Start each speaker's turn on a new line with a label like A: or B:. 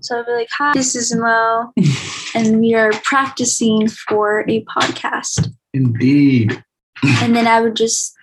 A: So I'd be like, hi, this is Mo, and we are practicing for a podcast.
B: Indeed.
A: And then I would just